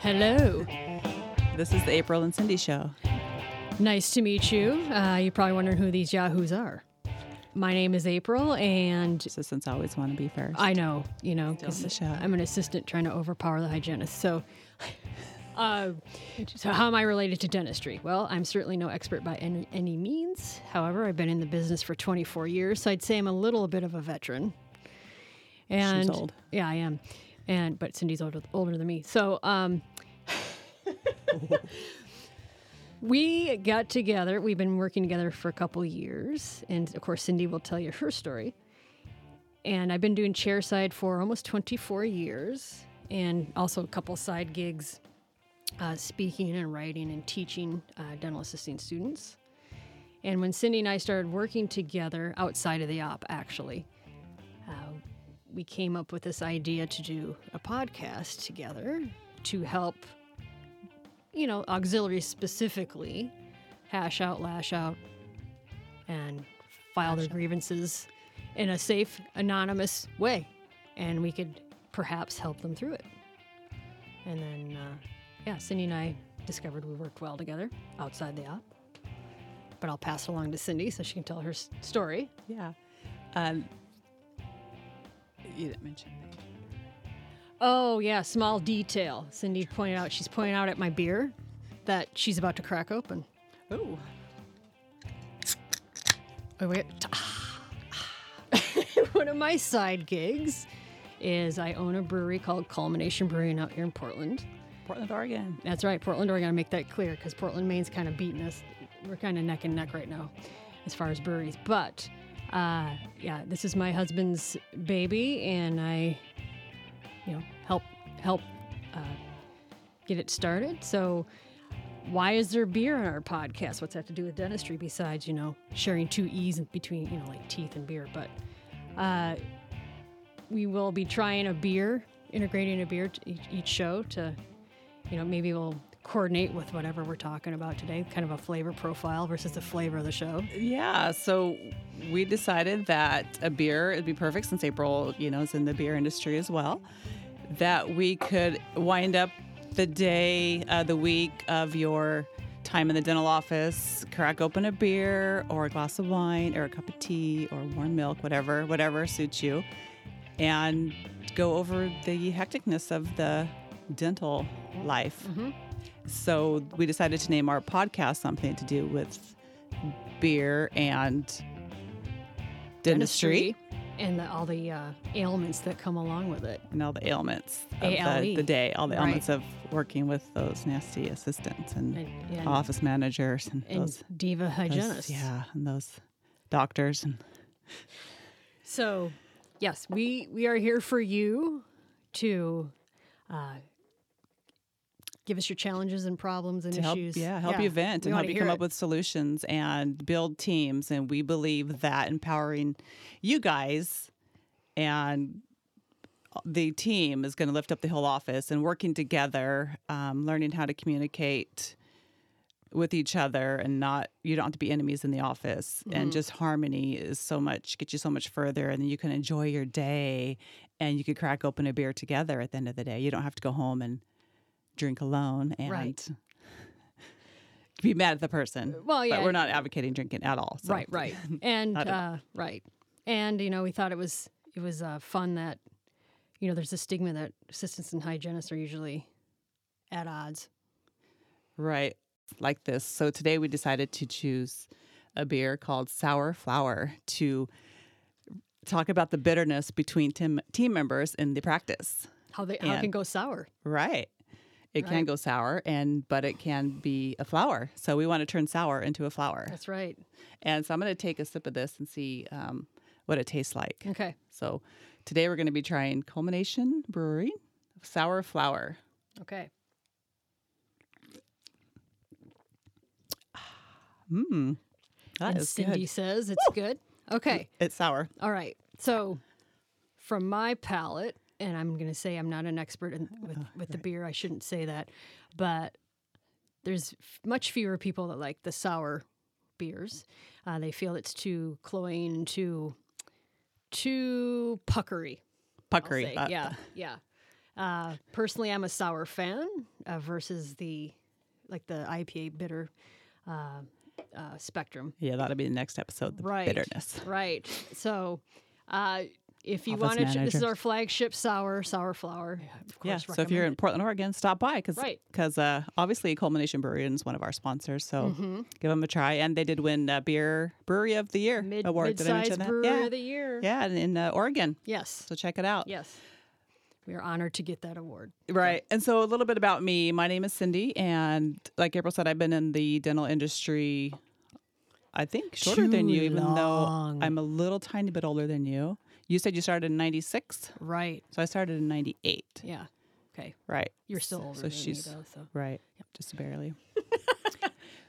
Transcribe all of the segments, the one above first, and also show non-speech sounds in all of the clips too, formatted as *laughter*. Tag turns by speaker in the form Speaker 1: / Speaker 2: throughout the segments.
Speaker 1: Hello.
Speaker 2: This is the April and Cindy show.
Speaker 1: Nice to meet you. Uh, you're probably wondering who these Yahoos are. My name is April, and
Speaker 2: Assistants always want to be first.
Speaker 1: I know, you know,
Speaker 2: Still
Speaker 1: 'cause uh,
Speaker 2: Michelle.
Speaker 1: I'm an assistant trying to overpower the hygienist. So, *laughs* uh, so how am I related to dentistry? Well, I'm certainly no expert by any, any means. However, I've been in the business for 24 years, so I'd say I'm a little bit of a veteran. And
Speaker 2: old.
Speaker 1: yeah, I am. And but Cindy's older older than me. So, um, *laughs* we got together. We've been working together for a couple years, and of course, Cindy will tell you her story. And I've been doing chairside for almost 24 years, and also a couple side gigs, uh, speaking and writing and teaching uh, dental assisting students. And when Cindy and I started working together outside of the op, actually, uh, we came up with this idea to do a podcast together to help, you know, auxiliaries specifically hash out, lash out, and file their grievances in a safe, anonymous way. And we could perhaps help them through it. And then, uh, yeah, Cindy and I discovered we worked well together outside the op. But I'll pass it along to Cindy so she can tell her s- story.
Speaker 2: yeah. Um, you didn't mention that.
Speaker 1: Oh yeah, small detail. Cindy pointed out she's pointing out at my beer that she's about to crack open.
Speaker 2: Oh,
Speaker 1: Oh, wait. *laughs* One of my side gigs is I own a brewery called Culmination Brewing out here in Portland.
Speaker 2: Portland, Oregon.
Speaker 1: That's right, Portland, Oregon. I make that clear because Portland, Maine's kind of beating us. We're kind of neck and neck right now as far as breweries. But uh, yeah, this is my husband's baby, and I, you know, help help uh, get it started. So. Why is there beer on our podcast? What's that have to do with dentistry besides, you know, sharing two E's in between, you know, like teeth and beer? But uh, we will be trying a beer, integrating a beer to each, each show to you know, maybe we'll coordinate with whatever we're talking about today, kind of a flavor profile versus the flavor of the show.
Speaker 2: Yeah. So we decided that a beer would be perfect since April, you know, is in the beer industry as well. That we could wind up the day, uh, the week of your time in the dental office, crack open a beer or a glass of wine or a cup of tea or warm milk, whatever, whatever suits you, and go over the hecticness of the dental life. So we decided to name our podcast something to do with beer and dentistry
Speaker 1: And the, all the uh, ailments that come along with it.
Speaker 2: and all the ailments of
Speaker 1: ALE.
Speaker 2: the, the day, all the
Speaker 1: E. Right.
Speaker 2: ailments of working with those nasty assistants and,
Speaker 1: And, and,
Speaker 2: office managers and,
Speaker 1: and
Speaker 2: those,
Speaker 1: diva
Speaker 2: those-
Speaker 1: hygienists.
Speaker 2: yeah, and those doctors and
Speaker 1: So, yes, we, we are here for you to uh, give us your challenges and problems and
Speaker 2: to help,
Speaker 1: issues.
Speaker 2: yeah, help you vent
Speaker 1: We
Speaker 2: and
Speaker 1: wanna
Speaker 2: help you
Speaker 1: hear
Speaker 2: come
Speaker 1: it.
Speaker 2: up with solutions and build teams. And we believe that empowering you guys and the team is going to lift up the whole office and working together, um, learning how to communicate with each other and not you don't have to be enemies in the office
Speaker 1: Mm-hmm.
Speaker 2: and just harmony is so much get you so much further and then you can enjoy your day and you could crack open a beer together at the end of the day you don't have to go home and drink alone and
Speaker 1: Right.
Speaker 2: be mad at the person
Speaker 1: Uh, Well, yeah.
Speaker 2: but we're not advocating drinking at all so.
Speaker 1: Right,
Speaker 2: *laughs*
Speaker 1: right, and
Speaker 2: Not at
Speaker 1: uh, right, and you know, we thought it was it was uh, fun that you know there's a stigma that assistants and hygienists are usually at odds.
Speaker 2: right like this so today we decided to choose a beer called sour flower to talk about the bitterness between team, team members in the practice
Speaker 1: How they how it
Speaker 2: And-
Speaker 1: can go sour.
Speaker 2: Right. It can
Speaker 1: Right.
Speaker 2: go sour and but it can be a flower. So we want to turn sour into a flower.
Speaker 1: That's right.
Speaker 2: And so I'm going to take a sip of this and see um, what it tastes like.
Speaker 1: Okay.
Speaker 2: So today we're going to be trying Culmination Brewery sour flower.
Speaker 1: Okay.
Speaker 2: Mmm. That
Speaker 1: and
Speaker 2: is
Speaker 1: Cindy
Speaker 2: good.
Speaker 1: says it's good. Okay.
Speaker 2: *laughs* It's sour.
Speaker 1: All right. So, from my palate, and I'm going to say I'm not an
Speaker 2: *laughs*
Speaker 1: expert in, with, with the beer. I shouldn't say that, but there's f- much fewer people that like the sour beers. Uh, they feel it's too cloying, too too puckery. I'll
Speaker 2: Puckery.
Speaker 1: say.
Speaker 2: Uh,
Speaker 1: yeah, yeah. Uh, personally, I'm a sour fan uh, versus the like the IPA bitter uh, uh, spectrum.
Speaker 2: Yeah, that'll be the next episode. The
Speaker 1: Right.
Speaker 2: bitterness.
Speaker 1: Right. So, uh, if you
Speaker 2: Office
Speaker 1: want to, this is
Speaker 2: managers.
Speaker 1: our flagship sour, sour flour. Of
Speaker 2: Yeah.
Speaker 1: course,
Speaker 2: So if you're in
Speaker 1: recommend
Speaker 2: Portland, Oregon, stop by because
Speaker 1: Right.
Speaker 2: uh, obviously Culmination Brewery is one of our sponsors. So
Speaker 1: Mm-hmm.
Speaker 2: give them a try, and they did win uh, beer brewery of the year
Speaker 1: it. mid
Speaker 2: award. Did I mention
Speaker 1: mid-sized
Speaker 2: that?
Speaker 1: brewery
Speaker 2: yeah.
Speaker 1: of the year.
Speaker 2: yeah, and in uh, Oregon.
Speaker 1: Yes.
Speaker 2: So check it out.
Speaker 1: Yes. We are honored to get that award.
Speaker 2: Right. And so a little bit about me. My name is Cindy, and like April said, I've been in the dental industry. I think shorter than you,
Speaker 1: Too
Speaker 2: even
Speaker 1: long.
Speaker 2: though I'm a little tiny bit older than you. You said you started in '96,
Speaker 1: Right.
Speaker 2: so I started in '98.
Speaker 1: Yeah. Okay.
Speaker 2: Right.
Speaker 1: You're still
Speaker 2: So-
Speaker 1: older
Speaker 2: so
Speaker 1: than
Speaker 2: she's-
Speaker 1: me, though.
Speaker 2: *laughs*
Speaker 1: So.
Speaker 2: Right. Just
Speaker 1: *laughs*
Speaker 2: barely.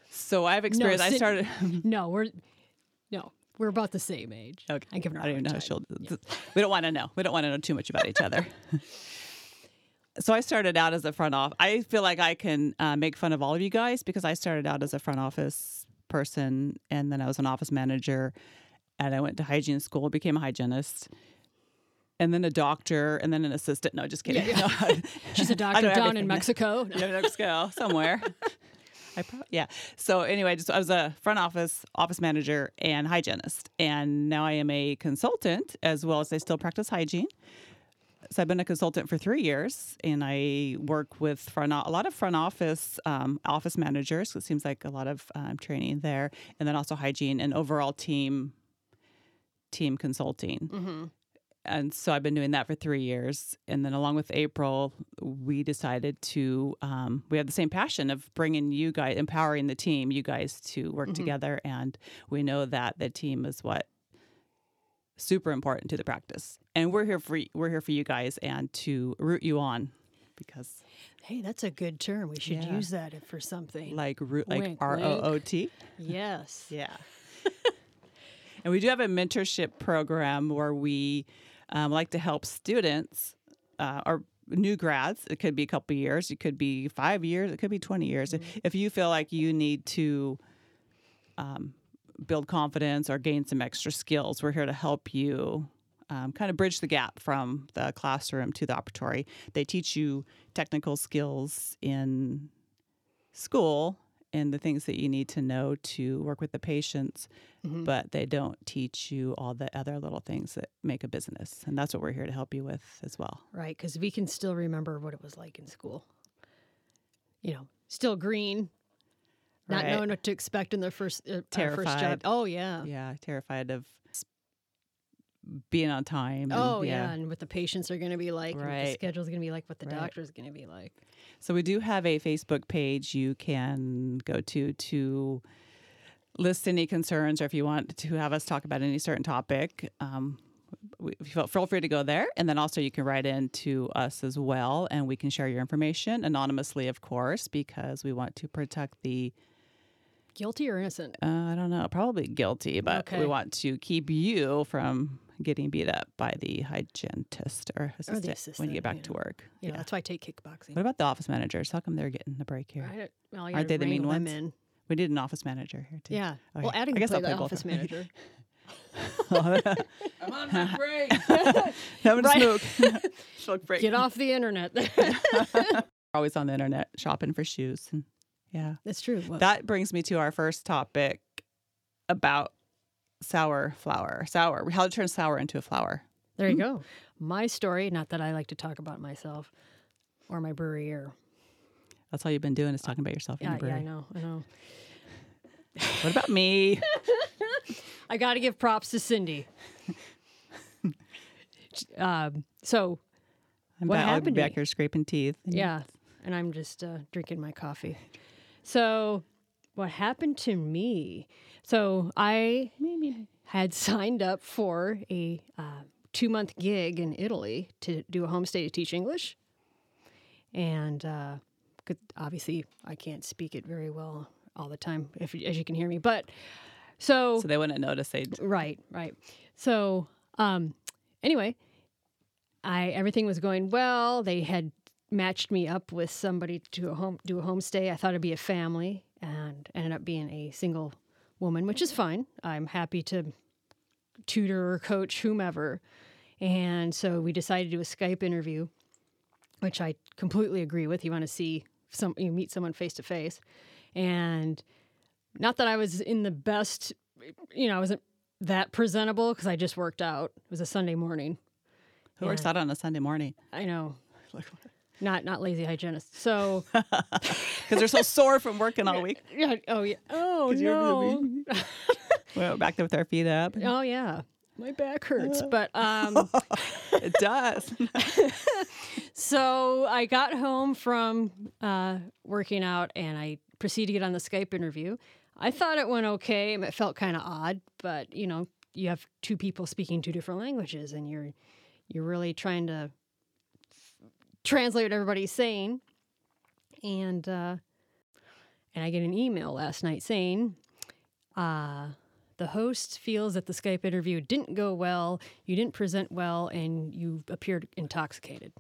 Speaker 2: so I've experienced. I
Speaker 1: Cindy- *laughs*
Speaker 2: started. *laughs*
Speaker 1: No, we're no, we're about the same age.
Speaker 2: Mm-hmm. Okay.
Speaker 1: I'm giving her
Speaker 2: I don't even know
Speaker 1: a
Speaker 2: how
Speaker 1: hard
Speaker 2: she'll. We don't want to know. We don't want to know too much about each
Speaker 1: *laughs*
Speaker 2: other. so I started out as a front off. I feel like I can uh, make fun of all of you guys because I started out as a front office person, and then I was an office manager, and I went to hygiene school, became a hygienist. And then a doctor, and then an assistant. No, just kidding. *laughs* No.
Speaker 1: She's a
Speaker 2: I know
Speaker 1: doctor down
Speaker 2: *laughs* everything.
Speaker 1: in Mexico.
Speaker 2: Yeah, let's go somewhere. *laughs* I pro- yeah. So anyway, just I was a front office office manager and hygienist, and now I am a consultant as well as I still practice hygiene. So I've been a consultant for three years, and I work with front o- a lot of front office um, office managers. 'cause it seems like a lot of um, training there, and then also hygiene and overall team team consulting. And so I've been doing that for three years. And then along with April, we decided to, um, we have the same passion of bringing you guys, empowering the team, you guys to work
Speaker 1: Mm-hmm.
Speaker 2: together. And we know that the team is what super important to the practice. And we're here for, y- we're here for you guys and to root you on because
Speaker 1: Hey, that's a good term. We should use that for something.
Speaker 2: like root, like
Speaker 1: Wink, wink.
Speaker 2: R O O T.
Speaker 1: yes.
Speaker 2: Yeah. and we do have a mentorship program where we um, like to help students uh, or new grads. It could be a couple years, it could be five years, it could be 20 years. If you feel like you need to um, build confidence or gain some extra skills, we're here to help you. Um, kind of bridge the gap from the classroom to the operatory. They teach you technical skills in school and the things that you need to know to work with the patients,
Speaker 1: Mm-hmm.
Speaker 2: but they don't teach you all the other little things that make a business. And that's what we're here to help you with as well.
Speaker 1: Right, because we can still remember what it was like in school. You know, still green, not
Speaker 2: Right.
Speaker 1: knowing what to expect in their first uh, our first job.
Speaker 2: Terrified. Mm-hmm.
Speaker 1: Oh yeah.
Speaker 2: Yeah, terrified of s- being on time. and-
Speaker 1: Oh yeah. and what the patients are going to be like, and what the
Speaker 2: Right.
Speaker 1: schedule's going to be like, what the
Speaker 2: Right.
Speaker 1: doctor's going to be like.
Speaker 2: So we do have a Facebook page you can go to to list any concerns or if you want to have us talk about any certain topic. Um, we, feel, feel free to go there. And then also you can write in to us as well and we can share your information anonymously, of course, because we want to protect the,
Speaker 1: Guilty or innocent?
Speaker 2: uh, I don't know, probably guilty, but
Speaker 1: Okay.
Speaker 2: we want to keep you from getting beat up by the hygienist or assistant, when
Speaker 1: assistant,
Speaker 2: you get back
Speaker 1: yeah.
Speaker 2: to work.
Speaker 1: You know, that's why I take kickboxing. uh,
Speaker 2: What about the office managers? How come they're getting the break here?
Speaker 1: I don't- well, you
Speaker 2: Aren't
Speaker 1: gotta
Speaker 2: they the mean
Speaker 1: wrangle them
Speaker 2: ones?
Speaker 1: in.
Speaker 2: We need an office manager here *laughs* too.
Speaker 1: Yeah.
Speaker 2: Okay.
Speaker 1: Well, adding
Speaker 2: I guess
Speaker 1: play
Speaker 2: I'll
Speaker 1: the
Speaker 2: play both
Speaker 1: office
Speaker 2: of them. *laughs*
Speaker 1: manager.
Speaker 3: I'm on my break.
Speaker 2: I'm gonna
Speaker 1: Right.
Speaker 2: smoke.
Speaker 1: *laughs*
Speaker 2: Smoke break.
Speaker 1: Get off the internet.
Speaker 2: *laughs* Always on the internet shopping for shoes. And yeah.
Speaker 1: That's true. Well,
Speaker 2: That brings me to our first topic about sour flour. Sour. How to turn sour into a flour.
Speaker 1: there you go. My story, not that I like to talk about myself or my brewery or
Speaker 2: That's all you've been doing is talking about yourself in
Speaker 1: Uh, yeah,
Speaker 2: the
Speaker 1: yeah,
Speaker 2: brewery.
Speaker 1: I know, I know.
Speaker 2: what about
Speaker 1: *laughs*
Speaker 2: me?
Speaker 1: I got to give props to Cindy. *laughs* um, so
Speaker 2: I'm
Speaker 1: What
Speaker 2: back, I'll be
Speaker 1: happened to
Speaker 2: back
Speaker 1: me?
Speaker 2: here scraping teeth. And
Speaker 1: yeah, and I'm just uh, drinking my coffee. So what happened to me? So I had signed up for a uh, two month gig in Italy to do a homestay to teach English. And uh, could, obviously, I can't speak it very well all the time, if, as you can hear me. But so,
Speaker 2: So they wouldn't notice. They
Speaker 1: right, right. So, um, anyway, I everything was going well. They had matched me up with somebody to a home do a homestay. I thought it'd be a family, and ended up being a single woman, which is fine. I'm happy to tutor or coach whomever. And so we decided to do a Skype interview which I completely agree with. You want to see some, you meet someone face to face, and not that I was in the best, you know, I wasn't that presentable because I just worked out. It was a Sunday morning.
Speaker 2: Who works
Speaker 1: Yeah.
Speaker 2: out on a Sunday morning?
Speaker 1: I know, not not lazy hygienist. So
Speaker 2: Because
Speaker 1: *laughs*
Speaker 2: they're so sore from working all week.
Speaker 1: yeah, oh yeah, oh
Speaker 2: 'Cause you're really
Speaker 1: no, *laughs*
Speaker 2: We're back there with our feet up.
Speaker 1: oh yeah, my back hurts. But um,
Speaker 2: It does.
Speaker 1: So I got home from uh, working out and I proceeded to get on the Skype interview. I thought it went okay. and It felt kind of odd, but you know, you have two people speaking two different languages, and you're you're really trying to translate what everybody's saying. And uh, and I get an email last night saying, uh, the host feels that the Skype interview didn't go well, you didn't present well, and you appeared intoxicated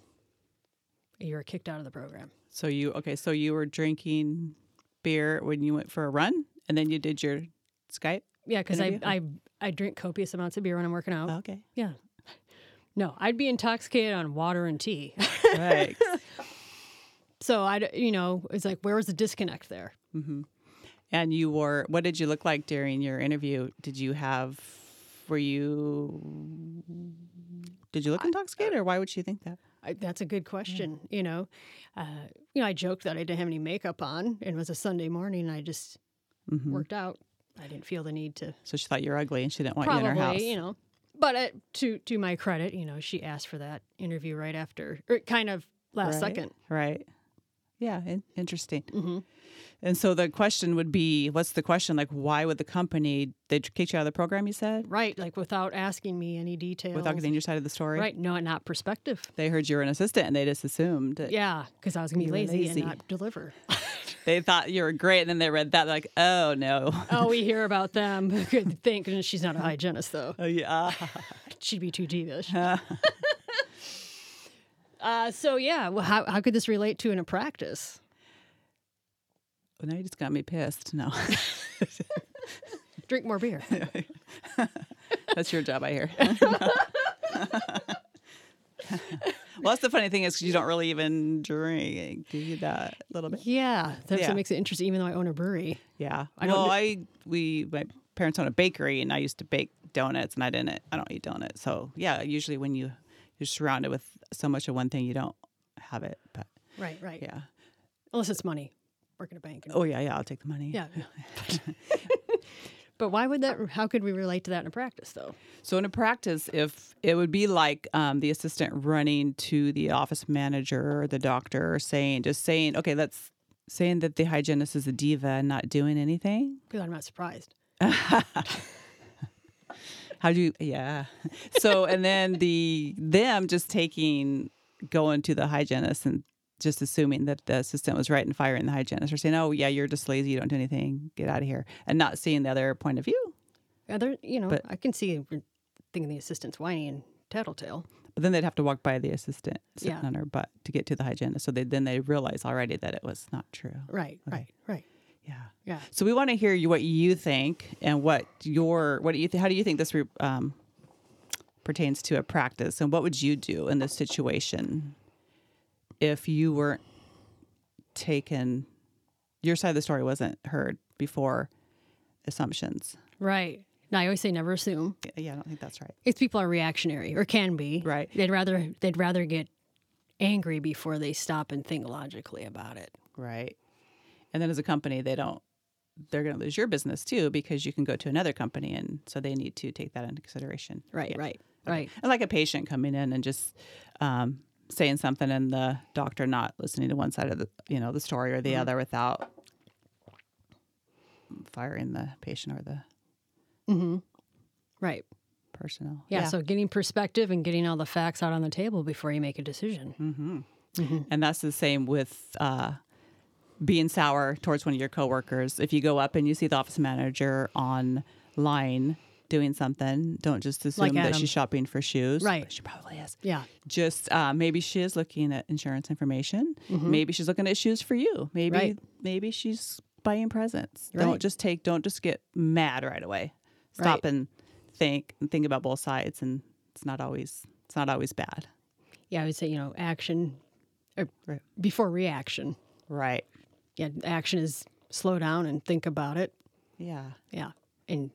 Speaker 1: you were kicked out of the program.
Speaker 2: So you okay? So you were drinking beer when you went for a run, and then you did your Skype.
Speaker 1: Yeah, because I,
Speaker 2: Interview?
Speaker 1: I I drink copious amounts of beer when I'm working out.
Speaker 2: Okay,
Speaker 1: Yeah. No, I'd be intoxicated on water and tea. *laughs*
Speaker 2: right.
Speaker 1: so I, you know, it's like where was the disconnect there?
Speaker 2: and you wore. What did you look like during your interview? Did you have? Were you? Did you look intoxicated, or why would she think that?
Speaker 1: I, that's a good question.
Speaker 2: Mm.
Speaker 1: You know, uh, you know, I joked that I didn't have any makeup on, and it was a Sunday morning. And I just
Speaker 2: Mm-hmm.
Speaker 1: worked out. I didn't feel the need to
Speaker 2: So she thought you're ugly, and she didn't want you in her house.
Speaker 1: probably, you know. But uh, to to my credit, you know, she asked for that interview right after, or kind of last
Speaker 2: Right,
Speaker 1: second. Mm-hmm.
Speaker 2: Right. Yeah, in- interesting. And so the question would be, what's the question? Like, why would the company they kicked you out of the program? You said
Speaker 1: Right, like without asking me any details.
Speaker 2: without getting your side of the story.
Speaker 1: Right. No, not perspective.
Speaker 2: They heard you were an assistant, and they just assumed that
Speaker 1: Yeah, because I was gonna be
Speaker 2: You were
Speaker 1: lazy,
Speaker 2: lazy.
Speaker 1: and not *laughs* deliver.
Speaker 2: they thought you were great, and then they read that they're like, oh no.
Speaker 1: oh, we hear about them. *laughs* Good thing she's not a hygienist though.
Speaker 2: Oh, yeah.
Speaker 1: She'd be too *laughs* divish. uh, so yeah, well, how how could this relate to in a practice?
Speaker 2: *laughs* Well, now you just got me pissed. No, *laughs*
Speaker 1: Drink more beer. *laughs*
Speaker 2: that's your job, I hear. *laughs* well, that's the funny thing is 'cause you don't really even drink. Do you that a little bit?
Speaker 1: yeah, that's
Speaker 2: Yeah.
Speaker 1: what makes it interesting. Even though I own a brewery,
Speaker 2: Yeah.
Speaker 1: I
Speaker 2: I
Speaker 1: don't
Speaker 2: well,
Speaker 1: kn-
Speaker 2: I we my parents own a bakery, and I used to bake donuts, and I didn't. I don't eat donuts, so yeah. Usually, when you you're surrounded with so much of one thing, you don't have it. But
Speaker 1: right, right.
Speaker 2: yeah.
Speaker 1: Unless it's money, work in a bank. and-
Speaker 2: Oh yeah, yeah. I'll take the money.
Speaker 1: Yeah. *laughs* but why would that? How could we relate to that in a practice though?
Speaker 2: So in a practice, if it would be like um, the assistant running to the office manager or the doctor, saying just saying, okay, let's saying that the hygienist is a diva and not doing anything.
Speaker 1: Because I'm not surprised.
Speaker 2: How do you? Yeah. *laughs* So and then the them just taking going to the hygienist and just assuming that the assistant was right and firing the hygienist or saying, oh yeah, you're just lazy, you don't do anything, get out of here, and not seeing the other point of view.
Speaker 1: Other, you know,
Speaker 2: But-
Speaker 1: I can see you're thinking the assistant's whiny and tattletale.
Speaker 2: But then they'd have to walk by the assistant sitting
Speaker 1: Yeah.
Speaker 2: on her butt to get to the hygienist. So they then they realize already that it was not true.
Speaker 1: Right, right, right.
Speaker 2: Yeah.
Speaker 1: Yeah.
Speaker 2: So we want to hear you what you think and what your what do you th- how do you think this re- um, pertains to a practice and what would you do in this situation if you weren't taken your side of the story wasn't heard before assumptions.
Speaker 1: Right. Now I always say never assume.
Speaker 2: Yeah, I don't think that's right.
Speaker 1: It's people are reactionary or can be.
Speaker 2: Right.
Speaker 1: They'd rather they'd rather get angry before they stop and think logically about it.
Speaker 2: Right. And then as a company, they don't, they're going to lose your business too because you can go to another company. And so they need to take that into consideration.
Speaker 1: Right,
Speaker 2: Yeah.
Speaker 1: right, right.
Speaker 2: And like a patient coming in and just um, saying something and the doctor not listening to one side of the, you know, the story or
Speaker 1: Mm-hmm.
Speaker 2: the other without firing the patient or the
Speaker 1: Right.
Speaker 2: personnel.
Speaker 1: Yeah, So getting perspective and getting all the facts out on the table before you make a decision.
Speaker 2: And that's the same with uh, being sour towards one of your coworkers. If you go up and you see the office manager online doing something, don't just assume
Speaker 1: Like
Speaker 2: that
Speaker 1: Adam.
Speaker 2: she's shopping for shoes.
Speaker 1: Right.
Speaker 2: She probably is.
Speaker 1: Yeah.
Speaker 2: Just uh, maybe she is looking at insurance information. Maybe she's looking at shoes for you. Maybe
Speaker 1: Mm-hmm. Right.
Speaker 2: maybe she's buying presents.
Speaker 1: Right.
Speaker 2: Don't just take. Don't just get mad right away. Stop and think and think about both sides. And it's not always it's not always bad.
Speaker 1: Yeah, I would say, you know, action or
Speaker 2: Right.
Speaker 1: before reaction.
Speaker 2: Right.
Speaker 1: Yeah, action is slow down and think about it.
Speaker 2: Yeah.
Speaker 1: Yeah, and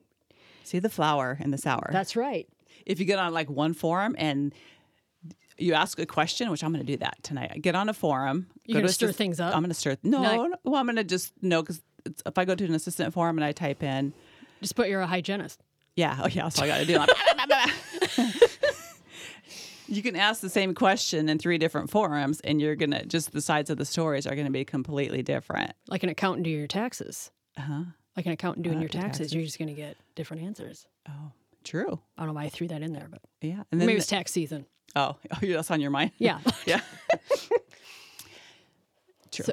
Speaker 2: See the flower in the sour.
Speaker 1: that's right.
Speaker 2: if you get on like one forum and you ask a question, which I'm going to do that tonight. Get on a forum.
Speaker 1: You're
Speaker 2: go
Speaker 1: gonna
Speaker 2: to
Speaker 1: stir
Speaker 2: assist-
Speaker 1: things up?
Speaker 2: I'm going to stir. No,
Speaker 1: No.
Speaker 2: no, well, I'm going to just no because if I go to an assistant forum and I type in,
Speaker 1: Just put you're a hygienist.
Speaker 2: yeah, *laughs* oh yeah, that's all I got to do. Like, blah, blah, blah, blah. *laughs* you can ask the same question in three different forums, and you're going to just the sides of the stories are going to be completely different.
Speaker 1: like an accountant do your taxes.
Speaker 2: Uh-huh.
Speaker 1: Like an accountant doing
Speaker 2: Uh,
Speaker 1: your
Speaker 2: do
Speaker 1: taxes,
Speaker 2: taxes.
Speaker 1: you're just going to get different answers.
Speaker 2: Oh, true.
Speaker 1: I don't know why I threw that in there, but
Speaker 2: Yeah, and
Speaker 1: maybe it's tax season.
Speaker 2: oh, *laughs* oh, that's on your mind. *laughs*
Speaker 1: Yeah, *laughs*
Speaker 2: yeah. true.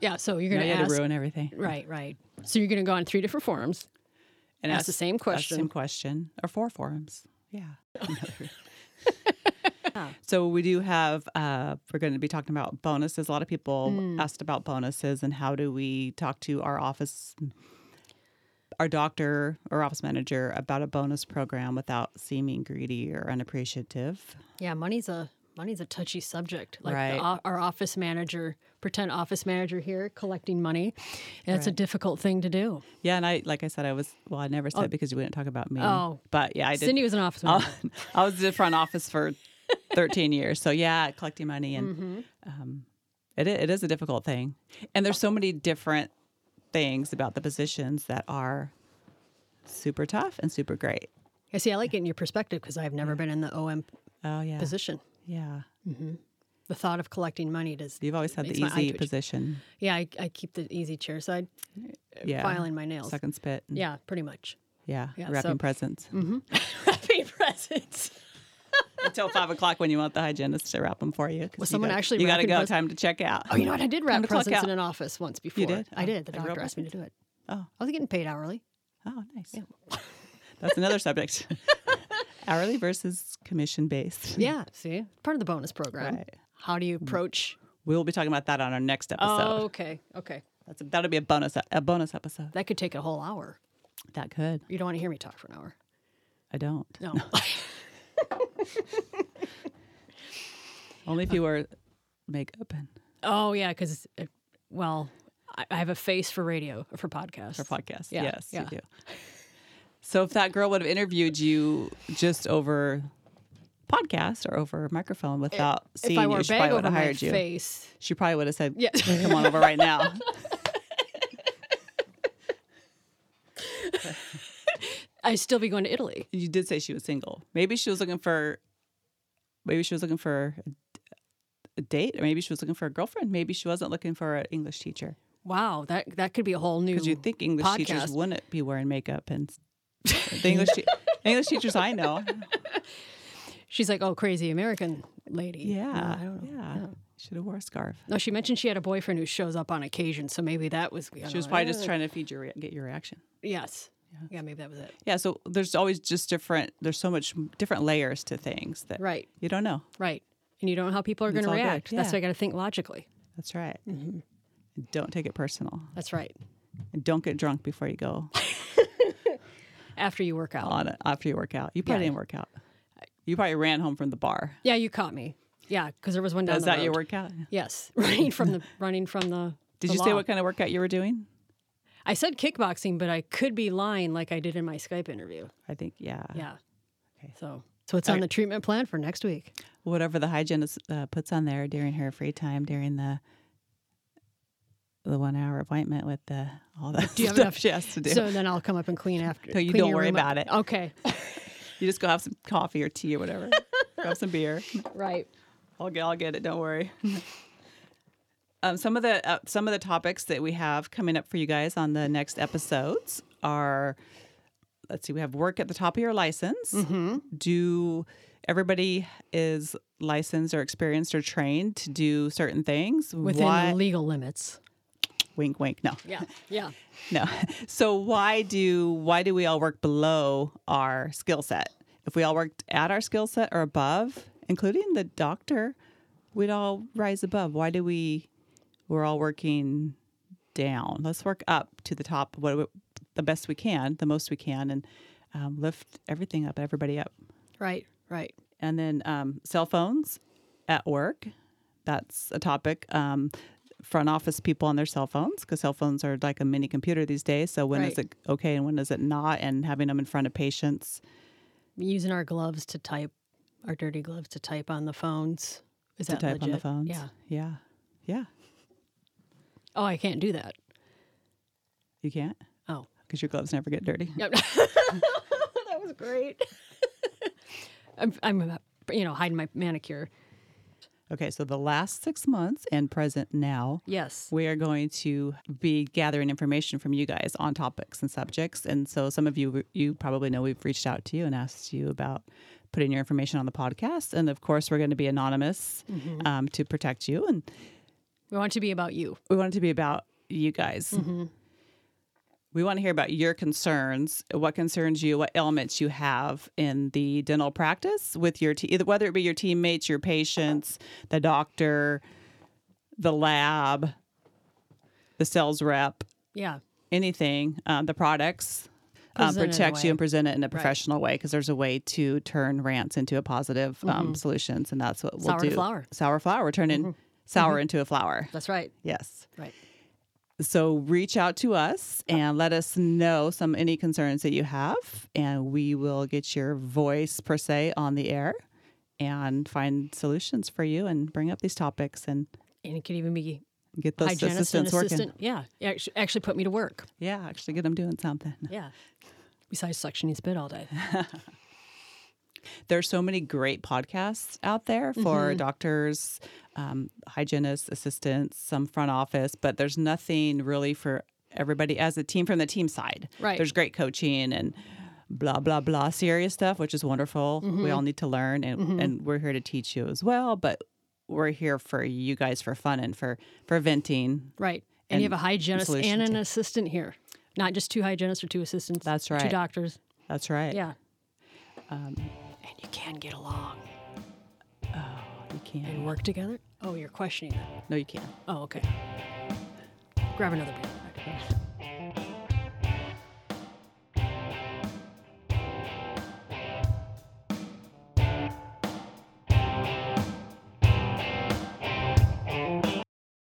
Speaker 1: yeah. So you're
Speaker 2: Now
Speaker 1: going
Speaker 2: you
Speaker 1: to
Speaker 2: had to
Speaker 1: ask,
Speaker 2: ruin everything.
Speaker 1: right, right. So you're going to go on three different forums,
Speaker 2: and
Speaker 1: ask the same
Speaker 2: Ask the same
Speaker 1: question.
Speaker 2: question or four forums. Yeah.
Speaker 1: *laughs*
Speaker 2: *laughs* so we do have. Uh, we're going to be talking about bonuses. A lot of people
Speaker 1: Hmm.
Speaker 2: asked about bonuses and how do we talk to our office, our doctor or office manager about a bonus program without seeming greedy or unappreciative.
Speaker 1: Yeah, money's a money's a touchy subject. Like
Speaker 2: Right.
Speaker 1: the, o- our office manager, pretend office manager here collecting money. That's a difficult thing to do.
Speaker 2: Yeah, and I like I said I was well I never said because you wouldn't talk about me.
Speaker 1: Oh.
Speaker 2: but yeah, I did.
Speaker 1: Cindy was an office
Speaker 2: Oh,
Speaker 1: manager.
Speaker 2: *laughs* I was in the front office for 13 years. So yeah, collecting money and
Speaker 1: Mm-hmm.
Speaker 2: um, it, i- it is a difficult thing. And there's so many different things about the positions that are super tough and super great.
Speaker 1: I see. I like getting your perspective because I've never been in the OM
Speaker 2: Oh yeah,
Speaker 1: position.
Speaker 2: yeah.
Speaker 1: The thought of collecting money does.
Speaker 2: You've always had the
Speaker 1: Makes my eye
Speaker 2: easy
Speaker 1: twitch.
Speaker 2: position,
Speaker 1: Yeah, I, I keep the easy chair side,
Speaker 2: yeah.
Speaker 1: Uh, filing my nails.
Speaker 2: Suck and spit, and-
Speaker 1: Yeah, pretty much. *laughs*
Speaker 2: yeah,
Speaker 1: Yeah,
Speaker 2: wrapping
Speaker 1: so- Mm-hmm.
Speaker 2: presents
Speaker 1: wrapping presents.
Speaker 2: until five o'clock when you want the hygienist to wrap them for you. 'cause
Speaker 1: Was
Speaker 2: you
Speaker 1: someone
Speaker 2: gotta-
Speaker 1: actually
Speaker 2: You got to
Speaker 1: wrapping
Speaker 2: go.
Speaker 1: pres-
Speaker 2: time to check out.
Speaker 1: Oh, you know what? I did
Speaker 2: Time
Speaker 1: wrap
Speaker 2: to clock
Speaker 1: presents in
Speaker 2: out.
Speaker 1: an office once before.
Speaker 2: did?
Speaker 1: I
Speaker 2: Oh,
Speaker 1: did. The
Speaker 2: like real
Speaker 1: doctor asked me to do it.
Speaker 2: Oh.
Speaker 1: I was getting
Speaker 2: *clears throat*
Speaker 1: paid hourly.
Speaker 2: Oh, nice. *laughs* That's another
Speaker 1: *laughs*
Speaker 2: subject. Hourly versus commission based.
Speaker 1: Yeah, see, part of the bonus program.
Speaker 2: Right.
Speaker 1: How do you approach?
Speaker 2: We'll be talking about that on our next
Speaker 1: Oh,
Speaker 2: episode.
Speaker 1: okay, okay.
Speaker 2: That's a, that'll be a bonus a bonus episode.
Speaker 1: That could take a whole hour.
Speaker 2: That could.
Speaker 1: You don't want to hear me talk for an hour.
Speaker 2: I don't. *laughs*
Speaker 1: No.
Speaker 2: Only if you
Speaker 1: Uh.
Speaker 2: were makeup and
Speaker 1: *laughs* oh yeah, because well, I, I have a face for radio for podcasts.
Speaker 2: for podcast.
Speaker 1: Yeah,
Speaker 2: yes,
Speaker 1: yeah.
Speaker 2: you do. So if that girl would have interviewed you just over podcast or over microphone without
Speaker 1: if
Speaker 2: seeing
Speaker 1: I wore
Speaker 2: you,
Speaker 1: a
Speaker 2: she probably
Speaker 1: bag
Speaker 2: would
Speaker 1: over
Speaker 2: have
Speaker 1: my
Speaker 2: hired you.
Speaker 1: face,
Speaker 2: She probably would have said,
Speaker 1: Yeah.
Speaker 2: "Come on over right now."
Speaker 1: *laughs* I'd still be going to Italy.
Speaker 2: You did say she was single. Maybe she was looking for. Maybe she was looking for a, a date, or maybe she was looking for a girlfriend. Maybe she wasn't looking for an English teacher.
Speaker 1: Wow, that that could be a whole new.
Speaker 2: Because you think English teachers
Speaker 1: podcast.
Speaker 2: wouldn't be wearing makeup and *laughs* the English te- English teachers I
Speaker 1: *laughs*
Speaker 2: know.
Speaker 1: She's like, oh, crazy American lady.
Speaker 2: Yeah,
Speaker 1: No, I don't know. Oh,
Speaker 2: yeah. Should have wore a scarf.
Speaker 1: No, she mentioned she had a boyfriend who shows up on occasion, so maybe that was.
Speaker 2: She was probably just trying to feed your rea- get your reaction.
Speaker 1: Yes. Yeah. maybe that was it.
Speaker 2: Yeah, so there's always just different. There's so much m- different layers to things that
Speaker 1: Right,
Speaker 2: you don't know.
Speaker 1: right. And you don't know how people are going
Speaker 2: It's
Speaker 1: to
Speaker 2: all good,
Speaker 1: react. That's
Speaker 2: yeah.
Speaker 1: why I got to think logically.
Speaker 2: That's right.
Speaker 1: Mm-hmm.
Speaker 2: Don't take it personal,
Speaker 1: That's right.
Speaker 2: and don't get drunk before you go
Speaker 1: After you work out.
Speaker 2: on it after you work out. You probably
Speaker 1: Yeah.
Speaker 2: didn't work out. You probably ran home from the bar.
Speaker 1: yeah, you caught me. Yeah, because there was one down
Speaker 2: Is
Speaker 1: the
Speaker 2: that your
Speaker 1: road.
Speaker 2: workout?
Speaker 1: Yes, *laughs* running
Speaker 2: *laughs*
Speaker 1: from the running from the.
Speaker 2: Did
Speaker 1: the
Speaker 2: you say
Speaker 1: law.
Speaker 2: what kind of workout you were doing?
Speaker 1: I said kickboxing, but I could be lying, like I did in my Skype interview.
Speaker 2: I think yeah.
Speaker 1: Yeah.
Speaker 2: Okay.
Speaker 1: So, Oh, so it's on the treatment plan for next week.
Speaker 2: whatever the hygienist uh, puts on there during her free time during the the one hour appointment with the *laughs* all the
Speaker 1: you have
Speaker 2: stuff
Speaker 1: enough-
Speaker 2: she has *laughs* to do.
Speaker 1: So then I'll come up and clean after.
Speaker 2: So you
Speaker 1: clean
Speaker 2: don't
Speaker 1: your
Speaker 2: worry
Speaker 1: room up.
Speaker 2: about it.
Speaker 1: Okay.
Speaker 2: you just go have some coffee or tea or *laughs* whatever. Go have some beer.
Speaker 1: right.
Speaker 2: I'll get I'll get it. Don't worry. *laughs* um, some of the uh, some of the topics that we have coming up for you guys on the next episodes are let's see we have work at the top of your license. Do everybody is licensed or experienced or trained to do certain things
Speaker 1: Within
Speaker 2: Why-
Speaker 1: the legal limits.
Speaker 2: wink wink no
Speaker 1: Yeah. Yeah.
Speaker 2: no *laughs* so why do why do we all work below our skill set if we all worked at our skill set or above including the doctor we'd all rise above why do we we're all working down let's work up to the top what we, the best we can the most we can and um, lift everything up everybody up
Speaker 1: Right. Right.
Speaker 2: and then um, cell phones at work that's a topic. Um, front office people on their cell phones because cell phones are like a mini computer these days. So when is
Speaker 1: Right.
Speaker 2: it okay and when is it not? And having them in front of patients.
Speaker 1: Using our gloves to type, our dirty gloves to type on the phones. Is that
Speaker 2: to type on the
Speaker 1: legit?
Speaker 2: phones.
Speaker 1: Yeah.
Speaker 2: Yeah. Yeah.
Speaker 1: Oh, I can't do that.
Speaker 2: You can't
Speaker 1: Oh,
Speaker 2: because your gloves never get dirty.
Speaker 1: Yep. that was great. *laughs* I'm, I'm, uh, you know, hiding my manicure.
Speaker 2: Okay. So the last six months and present now,
Speaker 1: Yes.
Speaker 2: we are going to be gathering information from you guys on topics and subjects. And so some of you, you probably know we've reached out to you and asked you about putting your information on the podcast. And of course, we're going to be anonymous um, to protect you. And
Speaker 1: We want it to be about you.
Speaker 2: we want it to be about you guys.
Speaker 1: Mm-hmm.
Speaker 2: We want to hear about your concerns, what concerns you, what ailments you have in the dental practice with your te- either whether it be your teammates, your patients, the doctor, the lab, the sales rep,
Speaker 1: Yeah.
Speaker 2: anything, uh, the products. Um,
Speaker 1: Present it in a
Speaker 2: protect
Speaker 1: way.
Speaker 2: you and present it in a professional way because there's a way to turn rants into a positive um, solutions, and that's what we'll
Speaker 1: Mm-hmm. Sour to Mm-hmm.
Speaker 2: do.
Speaker 1: flour.
Speaker 2: sour flour, turning sour into a flour.
Speaker 1: That's right.
Speaker 2: Yes.
Speaker 1: Right.
Speaker 2: So reach out to us and let us know some any concerns that you have, and we will get your voice per se on the air and find solutions for you and bring up these topics and
Speaker 1: And it could even be
Speaker 2: get those
Speaker 1: hygienist
Speaker 2: assistants
Speaker 1: and
Speaker 2: working.
Speaker 1: assistant. Yeah. Yeah, actu- Actually put me to work.
Speaker 2: Yeah, actually get them doing something.
Speaker 1: Yeah. Besides suctioning his bit
Speaker 2: *laughs*
Speaker 1: all day.
Speaker 2: There's so many great podcasts out there for
Speaker 1: Mm-hmm.
Speaker 2: doctors, um, hygienists, assistants, some front office, but there's nothing really for everybody as a team from the team side.
Speaker 1: Right.
Speaker 2: There's great coaching and blah blah blah serious stuff, which is wonderful.
Speaker 1: Mm-hmm.
Speaker 2: We all need to learn, and, and we're here to teach you as well. But we're here for you guys for fun and for for venting.
Speaker 1: Right. And, you have a hygienist
Speaker 2: solution
Speaker 1: and an
Speaker 2: to-
Speaker 1: assistant here. Not just two hygienists or two assistants.
Speaker 2: That's
Speaker 1: Two
Speaker 2: right.
Speaker 1: doctors.
Speaker 2: That's right.
Speaker 1: Yeah. and you can get along
Speaker 2: you can.
Speaker 1: and work together. Oh, you're questioning that.
Speaker 2: No, you can.
Speaker 1: Oh, okay. Grab another beer.